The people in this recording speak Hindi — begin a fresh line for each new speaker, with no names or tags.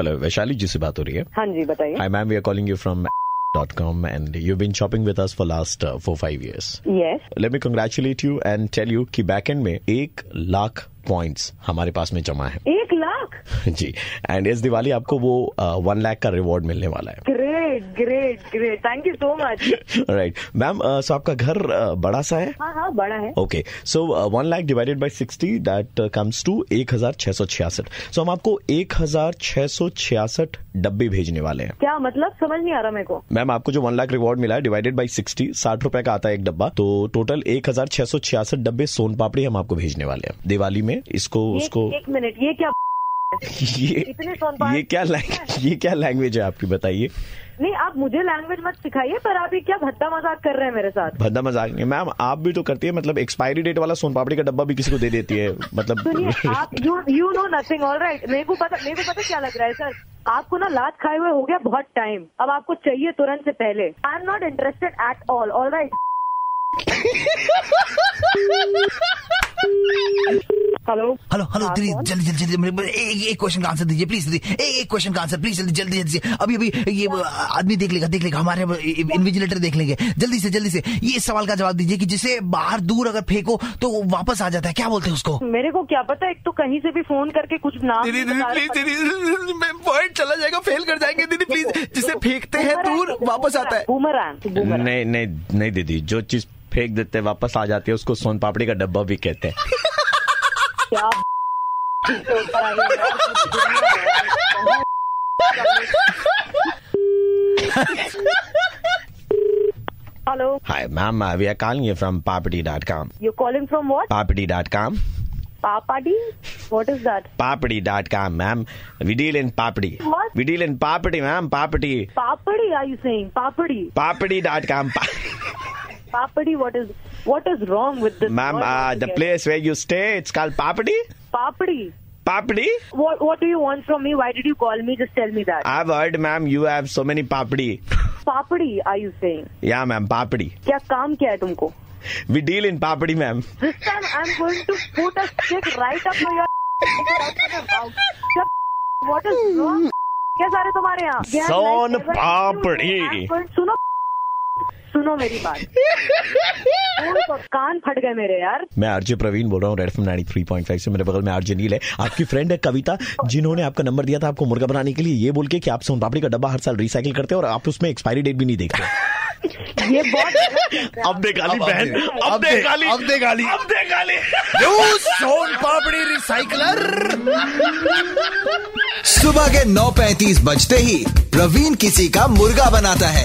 वैशाली जी से बात हो रही है
हाँ जी बताइए
hi ma'am we are calling you from dot com and you been shopping with us for last four five years
yes
let me congratulate you and tell you कि बैक एंड में एक लाख पॉइंट्स हमारे पास में जमा है
एक लाख
जी एंड इस दिवाली आपको वो वन लाख का रिवॉर्ड मिलने वाला है
great great great thank you so much
right ma'am so आपका घर uh, बड़ा सा है uh,
हाँ हाँ बड़ा है
okay so one lakh divided by sixty that comes to uh, एक हजार छह सौ छियासठ सो हम आपको एक हजार छह सौ छियासठ डब्बे भेजने वाले हैं
क्या मतलब समझ नहीं आ रहा मेरे को
मैम आपको जो वन लाख रिवॉर्ड मिला है डिवाइडेड बाई सिक्सटी साठ रुपए का आता है एक डब्बा तो टोटल एक हजार छह सौ छियासठ डब्बे सोन पापड़ी हम आपको भेजने वाले हैं दिवाली में इसको
एक,
उसको
एक मिनट ये क्या
ये
इतने सोन
ये क्या लैंग- ये क्या लैंग्वेज है आपकी बताइए
नहीं आप मुझे लैंग्वेज मत सिखाइए पर आप ये क्या भद्दा मजाक कर रहे हैं मेरे साथ
भद्दा मजाक नहीं मैम आप भी तो करती है मतलब एक्सपायरी डेट वाला सोन पापड़ी का डब्बा भी किसी को दे देती है
सुनिए
मतलब
आप you you know nothing all right मेरे को पता मेरे को पता क्या लग रहा है सर आपको ना लात खाए हुए हो गया बहुत टाइम अब आपको चाहिए तुरंत से पहले I am not interested at all all right hello
hello hello
हाँ,
दीदी
कौन?
जल्दी जल्दी जल्दी मेरे- मेरे- एक एक क्वेश्चन का आंसर दीजिए प्लीज दीदी एक एक क्वेश्चन का आंसर प्लीज जल्दी जल्दी जल्दी से। अभी अभी ये वो आदमी देख लेगा देख लेगा हमारे इन्विजिलेटर देख लेंगे जल्दी से जल्दी से ये इस सवाल का जवाब दीजिए कि जिसे बाहर दूर अगर फेंको तो वो वापस आ जाता है क्या बोलते हैं उसको
मेरे को क्या पता एक तो कहीं से भी फोन करके कुछ नाम
दीदी दीदी
नहीं बता रहे।
प्लीज दीदी मैम पॉइंट चला जाएगा फेल कर जाएंगे दीदी प्लीज जिसे फेंकते हैं दूर वापस आता है
बूमरैंग बूमरैंग
नहीं नहीं नहीं दीदी जो चीज फेंक देते हैं वापस आ जाती है उसको सोन पापड़ी का डब्बा भी कहते हैं
क्या इसके ऊपर आ गया यार, कुछ दुनिया है। Hello
hi ma'am we are calling you from papdi dot com
you calling from what
papdi dot com
papdi what is that
papdi dot com ma'am we deal in papdi
What?
We deal in papdi ma'am papdi
papdi are you saying papdi
papdi dot com
papdi what is what is wrong with this
ma'am the place where you stay it's called papdi
papdi
papdi
What What do you want from me? Why did you call me? Just tell me that.
I heard ma'am you have so many papdi
papdi are you saying
या मैम पापड़ी
क्या काम क्या है तुमको
we deal in papdi ma'am
This time I'm going to put a stick right up to your right up your mouth. Your What is wrong? क्या सारे तुम्हारे यहाँ They are
Son
like-
papdi.
I'm going- सुनो सुनो मेरी बात बोल तो, कान फट गए मेरे यार
मैं आरजे प्रवीण बोल रहा हूँ रेड एफएम 93.5 से मेरे बगल में आरजे नील है आपकी फ्रेंड है कविता जिन्होंने आपका नंबर दिया था आपको मुर्गा बनाने के लिए ये बोल के कि आप सोन पापड़ी का डब्बा हर साल रिसाइकिल करते हो और आप उसमें एक्सपायरी डेट भी नहीं देखते
ये बहुत गलत है।
अब दे गाली
अब- अब
बहन
दे-
अब
अब
दे
दे-
गाली
अब दे गाली।
अब दे गाली
यू सोन पापड़ी रिसाइकलर
सुबह के 9:35 बजते ही प्रवीण किसी का मुर्गा बनाता है